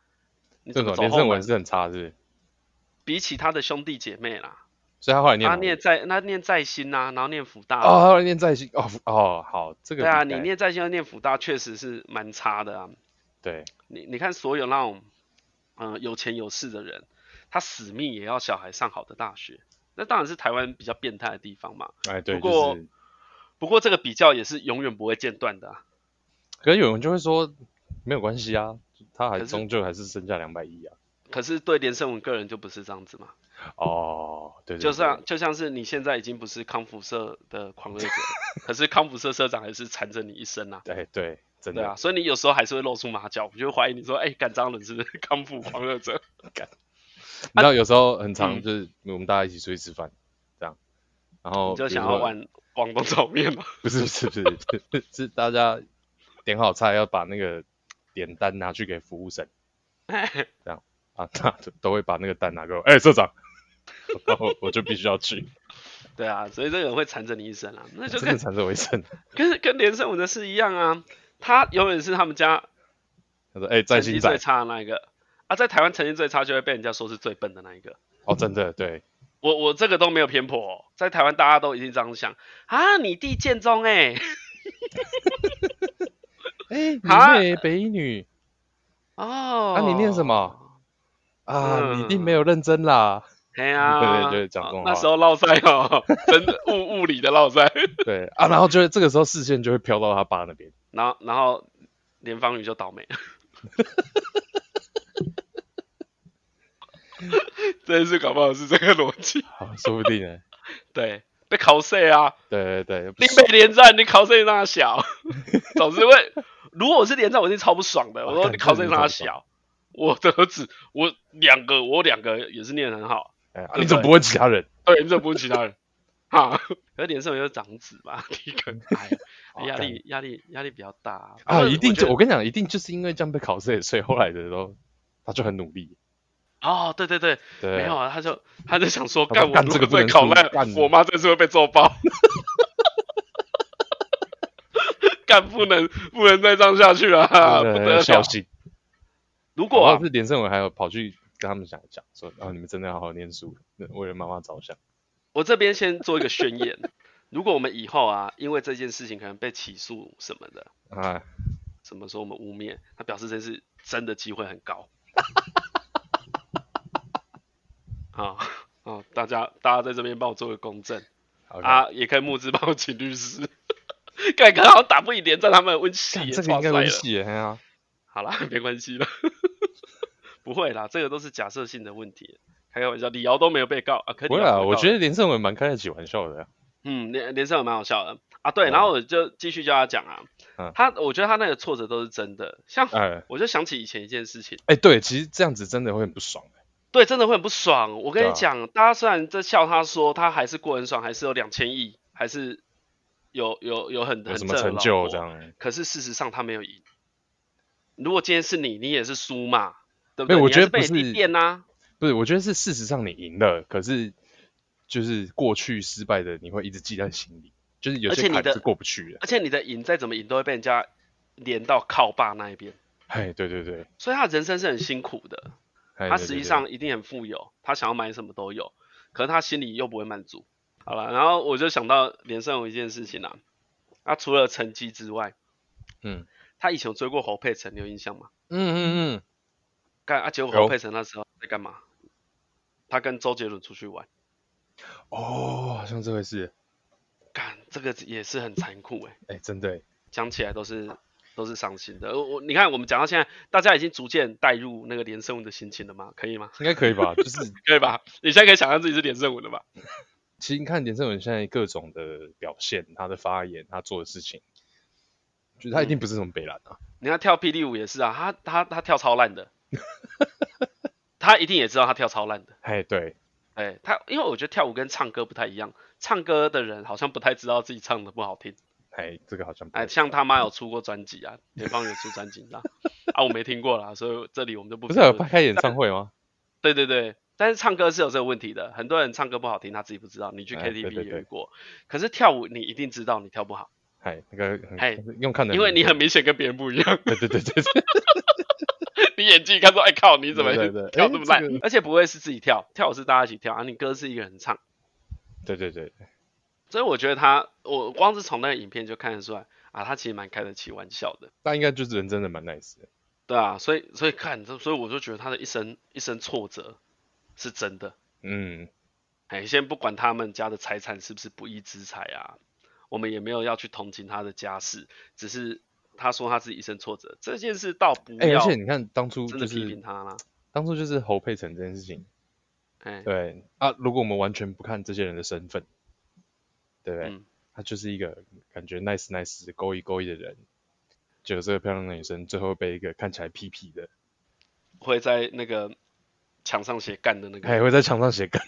你这怎么走种连后胜门啊文？是很差，是不是？比起他的兄弟姐妹啦，所以他后来念他哪里念在他念在新啊，然后念福大哦，他后来念在新哦哦，好，这个对啊，比你赛念在新念福大确实是蛮差的啊。对你你看所有那种，嗯、有钱有势的人，他死命也要小孩上好的大学，那当然是台湾比较变态的地方嘛。哎对，不过就是不过这个比较也是永远不会间断的、啊。可是有人就会说没有关系啊，他还可是终究还是身价两百亿啊。可是对连胜文个人就不是这样子嘛，哦，对对就对，像就像是你现在已经不是康复社的狂热者了， 可是康复社社长还是缠着你一生啊。哎对，真对的啊，所以你有时候还是会露出马脚，我就会怀疑你说，哎、干张伦是不是康复狂热者？你知道有时候很常啊嗯就是我们大家一起出去吃饭，这样，然后你就哦比如想要说玩广东炒面嘛？ 不是不是不是不是是大家点好菜要把那个点单拿去给服务生啊，他都都会把那个单拿给我，哎、社长， 然后我就必须要去，对啊，所以这个人会缠着你一生啊，那就真跟的缠着我一身。跟跟连胜文的事一样啊，他永远是他们家他说，哎、在成新绩仔最，差的那一个啊，在台湾成绩最差就会被人家说是最笨的那一个。哦，真的对，我我这个都没有偏颇哦、在台湾大家都一定这样想啊，你弟建中哎、哎、啊你妹北一女哦，啊你念什么？啊，嗯你一定没有认真啦，哎呀， 对对就是讲这种话那时候落赛哦，真的物物理的落赛，对啊，然后就这个时候视线就会飘到他爸那边，然后然后连方宇就倒霉了， 真是搞不好是这个逻 辑，好，说不定呢，对，被考碎啊，对对对，林北连战，你考碎那 小，总之会，如果我是连战，我一定超不爽的，哇我说干你考碎这个那真的超小，我的儿子，我两个，我两个也是念得很好。哎、啊你怎么不问其他人？对，你怎么不问其他人？ 哈，可是连胜文就是长子嘛，你可哎呀嗯好压干力压力压力比较大啊啊，一定就就我跟你讲，一定就是因为这样被考试，所以后来的都他就很努力，哦，对对对，对，没有啊，他就他就想说，他干说我干如这果个不被能考输烂干，我妈这次会被揍爆。 干不能不能再这样下去了啊，不对得小了！心。如果我啊要是连胜文还有跑去跟他们讲讲说，哦，你们真的要好好念书，为了妈妈着想。我这边先做一个宣言， 如果我们以后啊，因为这件事情可能被起诉什么的，啊，什么说我们污蔑，他表示这是真的机会很高。 啊哦，大家大家在这边帮我做个公证啊，啊，也可以募资帮我请律师。 感觉好像打不赢连战他们温习干也这个应该哇塞会了戏耶，哎呀，好啦， 没关系了，不会啦，这个都是假设性的问题。开个玩笑，李敖都没有被告啊，可以不。会啊，我觉得得连胜文蛮开得起玩笑的啊。嗯，连连胜也蛮好笑的啊。对，嗯然后我就继续教他讲啊，嗯他我觉得他那个挫折都是真的，像哎我就想起以前一件事情。哎，对，其实这样子真的会很不爽。欸对，真的会很不爽。我跟对你啊讲，大家虽然在笑他说他还是过很爽，还是有两千亿，还是有有有很有很什正么的成老就婆这，样？可是事实上他没有赢。如果今天是你，你也是输嘛，对不没对？有我你觉还得是被不你啊弟是电呐、不是，我觉得是事实上你赢了，可是就是过去失败的你会一直记在心里，就是有而且些你坎的是过不去的。而且你的赢再怎么赢都会被人家连到靠爸那一边，哎，对对对，所以他的人生是很辛苦的。哎他对实对际对上一定很富有，他想要买什么都有，可是他心里又不会满足。好了，然后我就想到连胜有一件事情啊，他除了成绩之外，嗯他以前有追过侯佩岑，你有印象吗？嗯嗯嗯，干啊，结果有侯佩岑那时候在干嘛？他跟周杰伦出去玩，哦，好像这回事，干这个也是很残酷哎、哎，真的耶，讲起来都是都是伤心的。我我你看，我们讲到现在，大家已经逐渐带入那个连胜文的心情了吗？可以吗？应该可以吧？ 就是可以吧？你现在可以想象自己是连胜文了吧？其实你看连胜文现在各种的表现，他的发言，他做的事情，就是他一嗯定不是什么北蓝啊，你看跳霹雳舞也是啊，他他他跳超烂的，他一定也知道他跳超烂的。哎，对，哎、他因为我觉得跳舞跟唱歌不太一样，唱歌的人好像不太知道自己唱的不好听。哎，这个好像不哎，像他妈有出过专辑啊，联邦有出专辑，你知道？啊，我没听过啦，所以这里我们就不不是评有论开演唱会吗？对对对，但是唱歌是有这个问题的，很多人唱歌不好听，他自己不知道。你去哎对 KTV 对也对遇过，可是跳舞你一定知道你跳不好，嗨，哎那个很嗨用看的，哎因为你很明显跟别人不一样。 对对对对对，你演技一看说，哎靠，你怎么 对对对跳这么烂哎这？而且不会是自己跳，跳舞是大家一起跳，啊，你歌是一个人唱。对对对，所以我觉得他，我光是从那个影片就看得出来啊，他其实蛮开得起玩笑的，但应该就是人真的蛮 nice 的，对啊，所以所以看，所以我就觉得他的一生一生挫折是真的。嗯，哎，先不管他们家的财产是不是不义之财啊，我们也没有要去同情他的家世，只是他说他自己一生挫折这件事，倒不哎，而要且你看当初真就的批是评他啦。当初就是侯佩岑这件事情，哎，对啊，如果我们完全不看这些人的身份，对不对？嗯他就是一个感觉 nice nice 勾一勾一的人，就这个漂亮的女生最后被一个看起来屁屁的，会在那个墙上写干的那还个会在墙上写梗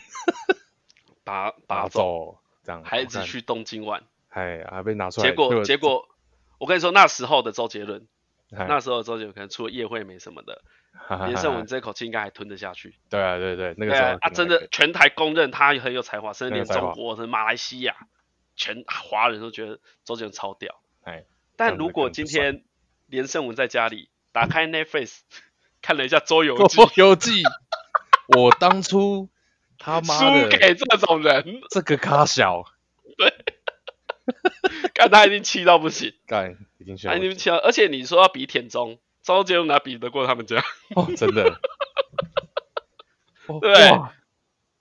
打打打走，哎走，这样还一直，去东京玩，哎，还被拿出来，结果对结果。我跟你说，那时候的周杰伦，哎那时候的周杰伦可能除了叶惠美什么的，哈哈连哈胜文哈这口气应该还吞得下去。对啊对对，那个对时啊候，啊，真的全台公认他很有才华，甚至很连有才中华国、甚至马来西亚全华人都觉得周杰伦超屌。哎，但如果今天连胜文在家里打开 Netflix 看了一下《周游《 记周》，游记》，我当初他妈输的给这种人， 这个咖小看他一定气到不 行，干已经选他一定气到。而且你说要比田中，周杰伦哪比得过他们家？哦，真的，哦对哇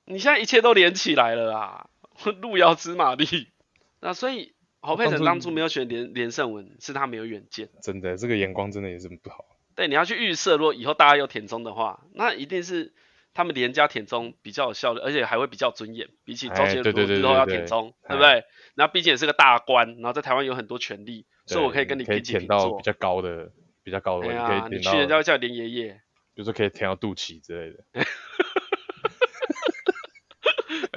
你现在一切都连起来了啦， 路遥知马力。 那所以侯佩岑当当初初没有选连连胜文，是他没有远见。真的，这个眼光真的也是不好。对，你要去预设，如果以后大家有田中的话，那一定是他们连加田中比较有效率，而且还会比较尊严，比起周哎杰伦对如果对对之后要对田对中，对不哎对？然后毕竟也是个大官，然后在台湾有很多权利，所以我可以跟你平起舔平到坐比。较高的、比较高的哎位置，呀，可以你舔去到，人家会叫你连爷爷，比如说可以舔到肚脐之类的。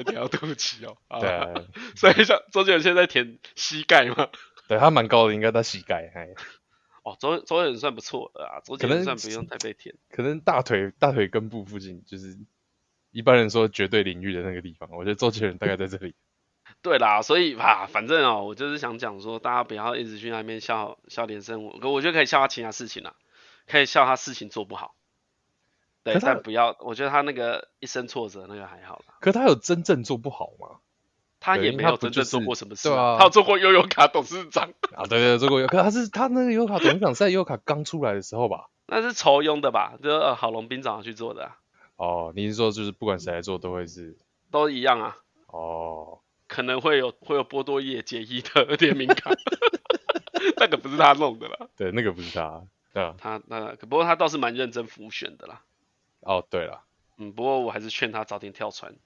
你要 对不起哦。好对吧啊，所以像周杰伦现在舔膝盖嘛，对他蛮高的，应该到膝盖，哎，哦，周周杰伦算不错的啊，周杰可伦能算是不用太被舔。可能大腿大腿根部附近，就是一般人说绝对领域的那个地方。我觉得周杰伦大概在这里。 对啦，所以啊，反正哦，我就是想讲说，大家不要一直去那边笑笑连胜文，可我觉得可以笑他其他事情啦，可以笑他事情做不好，对可，是他但不要，我觉得他那个一生挫折那个还好啦，可他有真正做不好吗？他对也因没为他有不真就正做是过什么事、对啊他有做过悠悠卡董事长， 啊，对对，做过有，可他是他那个优卡董事长是在优卡刚出来的时候吧？那是酬庸的吧？就是、呃、郝龙斌找他去做的啊、哦，你是说就是不管谁来做都会是都一样啊，哦，可能会有会有波多野结衣的 联名卡，那个不是他弄的啦，对，那个不是他，对啊，他那不过他倒是蛮认真浮选的啦。哦，对了。嗯，不过我还是劝他早点跳船。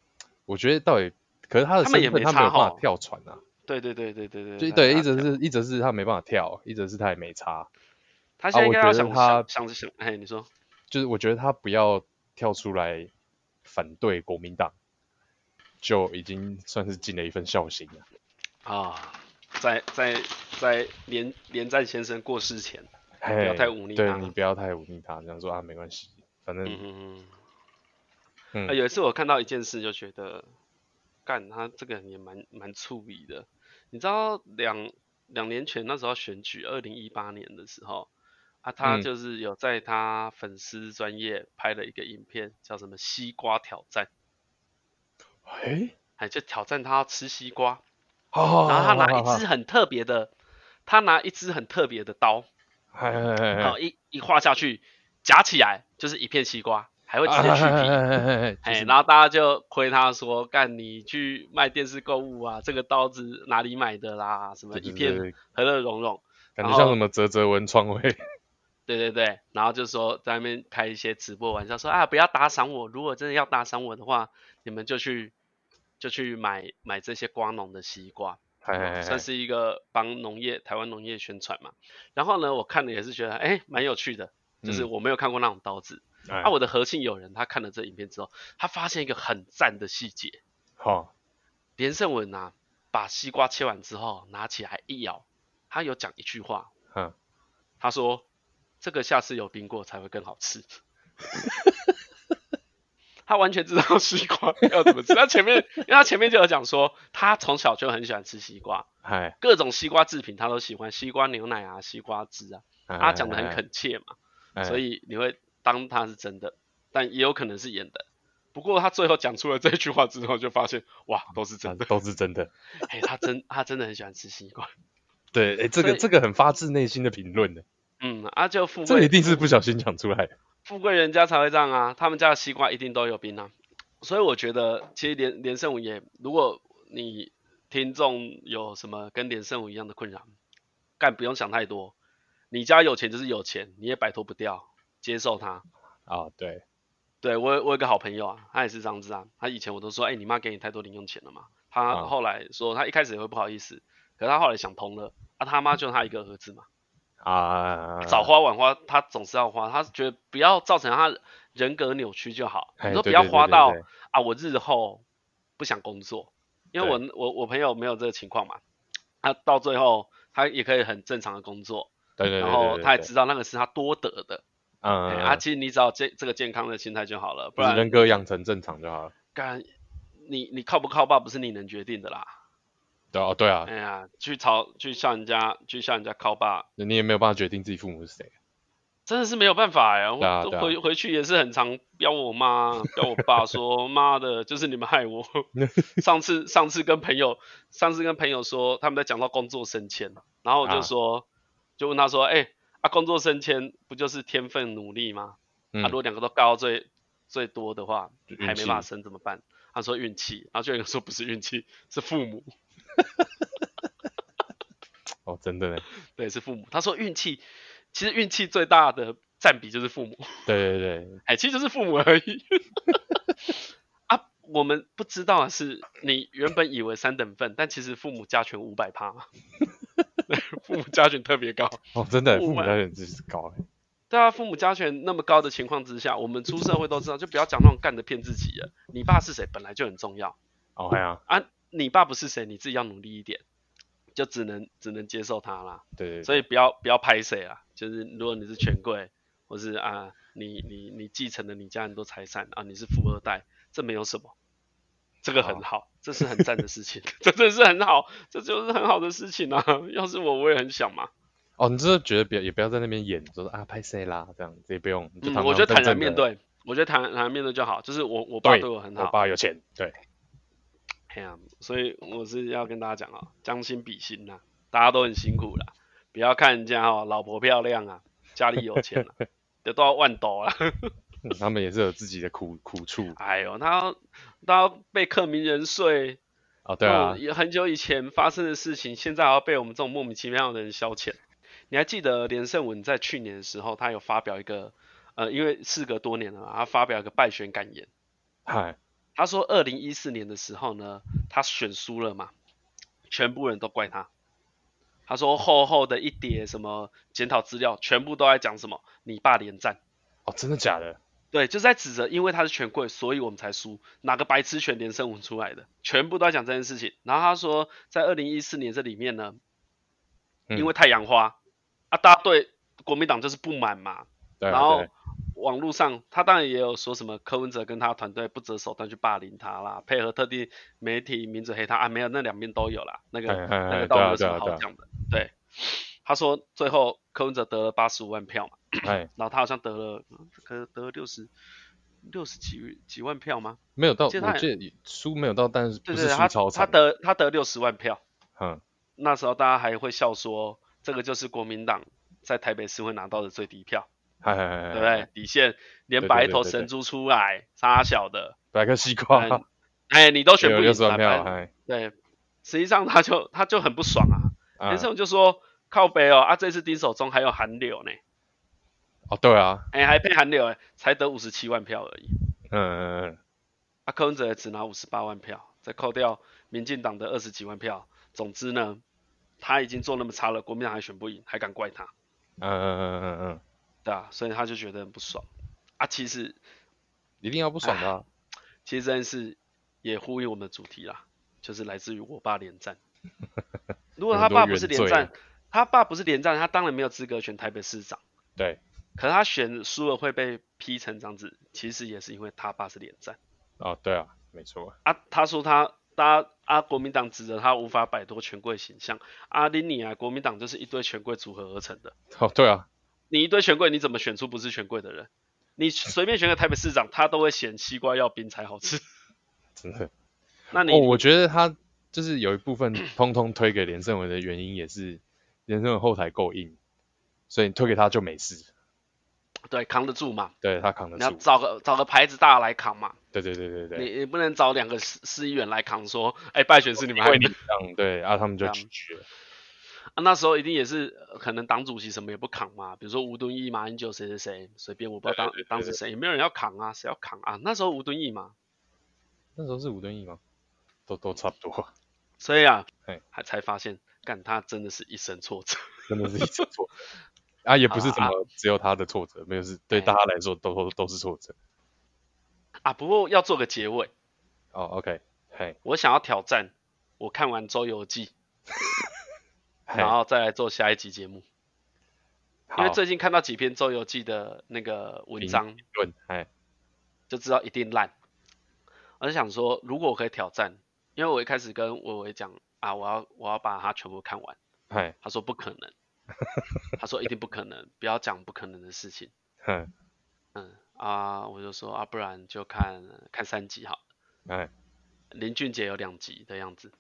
我觉得到底，可是他的他身们份也没他没有差办吼法跳船啊，对对对对对对，啊就他对，他一直跳是一直是他没办法跳，一直是他也没差，他现在啊应我该要觉得想、他想想想，哎，你说就是我觉得他不要跳出来反对国民党，就已经算是尽了一份孝心了。啊，在在在连连战先生过世前，不要太忤逆他对你不要太忤逆他，这样说啊没关系，反嗯正嗯嗯，嗯啊有一次我看到一件事，就觉得干他这个人也蛮蛮粗鄙的。你知道两两年前那时候选举，二零一八年的时候啊，他嗯就是有在他粉丝专业拍了一个影片，叫什么西瓜挑战，哎，哎，就挑战他要吃西瓜。好好然后他哦好好拿好好一，支很特别的，他拿一支很特别的刀，哎哎哎然后一一划下去，夹起来就是一片西瓜，还会啊直接去皮。哎哎哎，哎，然后大家就亏他说，干你去卖电视购物啊，这个刀子哪里买的啦？什么对一对片对和乐融融，感然觉像后什么泽泽文创位，对对对，然后就说在那边开一些直播玩笑，说啊不要打赏我，如果真的要打赏我的话，你们就去就去买买这些瓜农的西瓜。哎哎哎哦算是一个帮农业台湾农业宣传嘛。然后呢，我看了也是觉得哎蛮有趣的，就是嗯我没有看过那种刀子。哎啊，我的核心友人他看了这影片之后，他发现一个很赞的细节，好连胜文啊把西瓜切完之后拿起来一咬，他有讲一句话，嗯他说这个下次有冰过才会更好吃。 他完全知道西瓜要怎么吃。他前面，因为他前面就有讲说，他从小就很喜欢吃西瓜，嗨，各种西瓜制品他都喜欢，西瓜牛奶啊，西瓜汁啊，他讲的哎很恳切嘛，恳所以你会当他是真的，但也有可能是演的。不过他最后讲出了这句话之后，就发现哇，都是真的。都是真的。哎，他真他真的很喜欢吃西瓜。对，哎，这所个以这个很发自内心的评论的，嗯，啊，就富这贵一定是不小心讲出来的。富贵人家才会这样啊，他们家的西瓜一定都有冰啊。所以我觉得，其实连连胜武也，如果你听众有什么跟连胜武一样的困扰，干不用想太多，你家有钱就是有钱，你也摆脱不掉，接受它。啊，对，对我有我有个好朋友啊，他也是这样子啊，他以前我都说，哎、你妈给你太多零用钱了嘛。他啊后来说，他一开始也会不好意思，可是他后来想通了，啊他妈就他一个儿子嘛。 啊，早花晚花，他总是要花，他觉得不要造成他人格扭曲就好。哎你说不对要对对花对到对啊，我日后不想工作，因为我我我朋友没有这个情况嘛，他到最后他也可以很正常的工作，对对对，然后对他也对知道那个是他多得的。嗯，哎嗯啊，嗯其实你只要这这个健康的心态就好了，不就是然人格养成正常就好了。干你你靠不靠爸不是你能决定的啦。对啊，对啊，哎呀，去吵去向人家去向人家靠爸，你也没有办法决定自己父母是谁。啊真的是没有办法呀、我对啊都对啊回回去也是很常飙我 妈、飙我爸说，妈的，就是你们害我。上次上次跟朋友，上次跟朋友说他们在讲到工作升迁，然后我就啊说，就问他说，哎、啊，工作升迁不就是天分努力吗？嗯啊，如果两个都高到最最多的话，就运还没办法气升怎么办？他说运气，然后就有人说不是运气，是父母，哦，真的呢，对，是父母。他说运气，其实运气最大的占比就是父母。对对对，哎，其实就是父母而已。 啊，我们不知道的啊是，你原本以为三等份，但其实父母加权五百趴， 对父母加权特别高。哦，真的，父父母母家人就是高欸，对啊，父母加权那么高的情况之下，我们出社会都知道，就不要讲那种干的骗自己了。你爸是谁本来就很重要哦，哎呀，啊，你爸不是谁，你自己要努力一点，就只能只能接受他啦。对对，所以以不要不要拍谁啊，就是如果你是权贵，或是啊你你你继承了你家很多财产啊，你是富二代，这没有什么，这个很好，这是很赞的事情， 这真的是很好，这就是很好的事情啊。要是我，我也很想嘛。哦，你就是觉得别也不要在那边演，说啊拍谁啦这样，这也不用，你就嗯，堂我觉得堂坦正然正面的，对，我觉得坦坦然面对就好，就是我我爸对对我很我好，爸有钱， 对，哎呀、所以我是要跟大家讲哦，将心比心呐、大家都很辛苦啦，不要看人家哦，老婆漂亮啊，家里有钱啊， 得到万斗啦。嗯他们也是有自己的苦苦处哎呦，他要他要被克名人税，哦，对啊那种，也很久以前发生的事情，现在还要被我们这种莫名其妙的人消遣。你还记得连胜文在去年的时候，他有发表一个，呃，因为事隔多年了嘛，他发表一个败选感言。嗨，他说，二零一四年的时候呢，他选输了嘛，全部人都怪他。他说厚厚的一叠什么检讨资料，全部都在讲什么你爸连战。哦，真的假的？对，就是在指责，因为他是权贵，所以我们才输。哪个白痴选连胜文出来的，全部都在讲这件事情。然后他说，在二零一四年这里面呢，嗯因为太阳花、啊，大家对国民党就是不满嘛。对啊，然后对网络上，他当然也有说什么柯文哲跟他团队不择手段去霸凌他啦，配合特定媒体名嘴黑他啊，没有，那两边都有啦。那个哎哎那哎个倒没有什对啊么好对啊对啊讲的。对，他说最后柯文哲得了八十五万票嘛。哎，然后他好像得了，嗯可能得了六十六十几几万票吗？没有到，其实他我记得书没有到，但是不对是对，书他超他长，得他得六十万票，嗯，那时候大家还会笑说，这个就是国民党在台北市会拿到的最低票，嗨嗨嗨，对不对？底线连哎对对摆一对头对对神猪出来，傻小 的，白个西不然瓜，哎，你都选有不六赢十万票，哎反正嗨，对，实际上他就他就很不爽啊，啊连胜文就说靠北哦，啊，这次丁守中还有韩流呢，哦，对啊，哎，还配韩流哎，才得五十七万票而已。嗯嗯嗯。啊，柯文哲也只拿五十八万票，再扣掉民进党的二十几万票，总之呢，他已经做那么差了，国民党还选不赢，还敢怪他，嗯嗯嗯嗯嗯，对啊，所以他就觉得很不爽啊。其实，一定要不爽的啊、其实这件事也呼应我们的主题啦，就是来自于我爸连 战。如果他爸不是连很多原罪啊战，他爸不是连战，他当然没有资格选台北市长。对，可是他选输了会被批成这样子，其实也是因为他爸是连战啊，对啊，没错，啊。他说他大家啊，国民党指责他无法摆脱权贵形象，阿林你啊，国民党就是一堆权贵组合而成的。哦，对啊，你一堆权贵，你怎么选出不是权贵的人？你随便选个台北市长，他都会嫌西瓜要冰才好吃。真的。那你、哦，我觉得他就是有一部分通通推给连胜文的原因，也是连胜文后台够硬，所以你推给他就没事，对扛得住嘛？对他扛得你要住。找个找个牌子大来扛嘛。对对对对对，你你不能找两个市市议员来扛说，哎、败选是你们害会的啊你让对啊，他们就拒绝了。啊，那时候一定也是呃可能党主席什么也不扛嘛，比如说吴敦义、马英九谁谁谁，随便我不知道当对对对对当时谁，也没有人要扛啊，谁要扛啊？那时候吴敦义嘛，那时候是吴敦义吗？都都差不多， 所以啊嘿，还才发现，干他真的是一生挫折。 真的是一直挫折。 啊，也不是好什啦么只有他的挫折，没有是对哎大家来说都都都是挫折。啊，不过要做个结尾，哦，OK，嘿，我想要挑战，我看完《周游记》，嘿然后再来做下一集节目，因好为最近看到几篇《周游记》的那个文评章，论，哎，就知道一定烂。我就想说，如果我可以挑战，因为我一开始跟伟伟讲啊，我要我要把它全部看完，哎，他说不可 能，他说一定不可能，不要讲不可能的事情。哼，嗯啊，我就说啊，不然就看看三集好了。哎，林俊杰有两集的样子，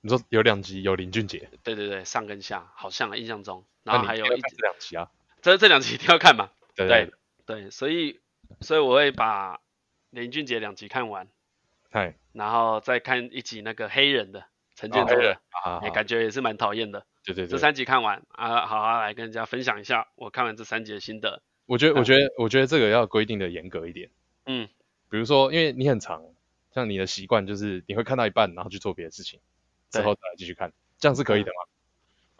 你说有两集有林俊杰，对对对，上跟下好像啊印象中，然那后你还有要一看集，这两集啊？这这两集一定要看嘛，对对，对，所以所以我会把林俊杰两集看完，哎，然后再看一集那个黑人的陈建哦州黑的，人啊，也感觉也是蛮讨厌的。对对这对，三集看完啊，好好来跟大家分享一下我看完这三集的心得。我觉得我觉得我觉得这个要规定的严格一点，嗯，比如说因为你很长，像你的习惯就是你会看到一半然后去做别的事情，之对后再来继续看，这样是可以的嘛？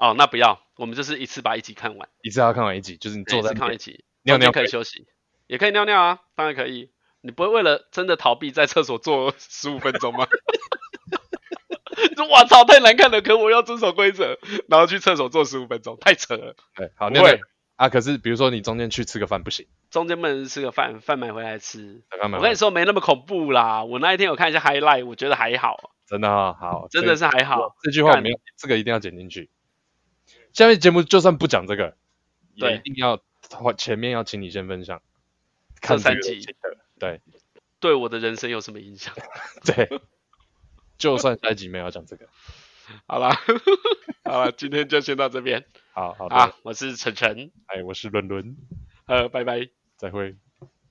哦，那不要，我们就是一次把一集看完，一次要看完一集，就是你对坐一在次那看完一边集，尿尿哦中间可以休息，也可以尿尿啊，当然可以。你不会为了真的逃避在厕所坐十五分钟吗？ 你说哇操，太难看了，可我要遵守规则，然后去厕所坐十五分钟，太扯了。对，好不尿尿会啊，可是比如说你中间去吃个饭不行，中间不能吃个饭，饭买回来吃。慢慢我跟你说没那么恐怖啦，我那一天有看一下 highlight，我觉得还好，真的啊好，真的是是还好。这句话我干们要这个一定要剪进去，下面节目就算不讲这个，也对一定要前面要请你先分享，这看三这个集心得对。对我的人生有什么影响？ 对，就算下一集没有讲这个，好啦， 好啦，今天就先到这边啊好好的，啊！我是晨晨，哎，我是伦伦，呃，拜拜。再会。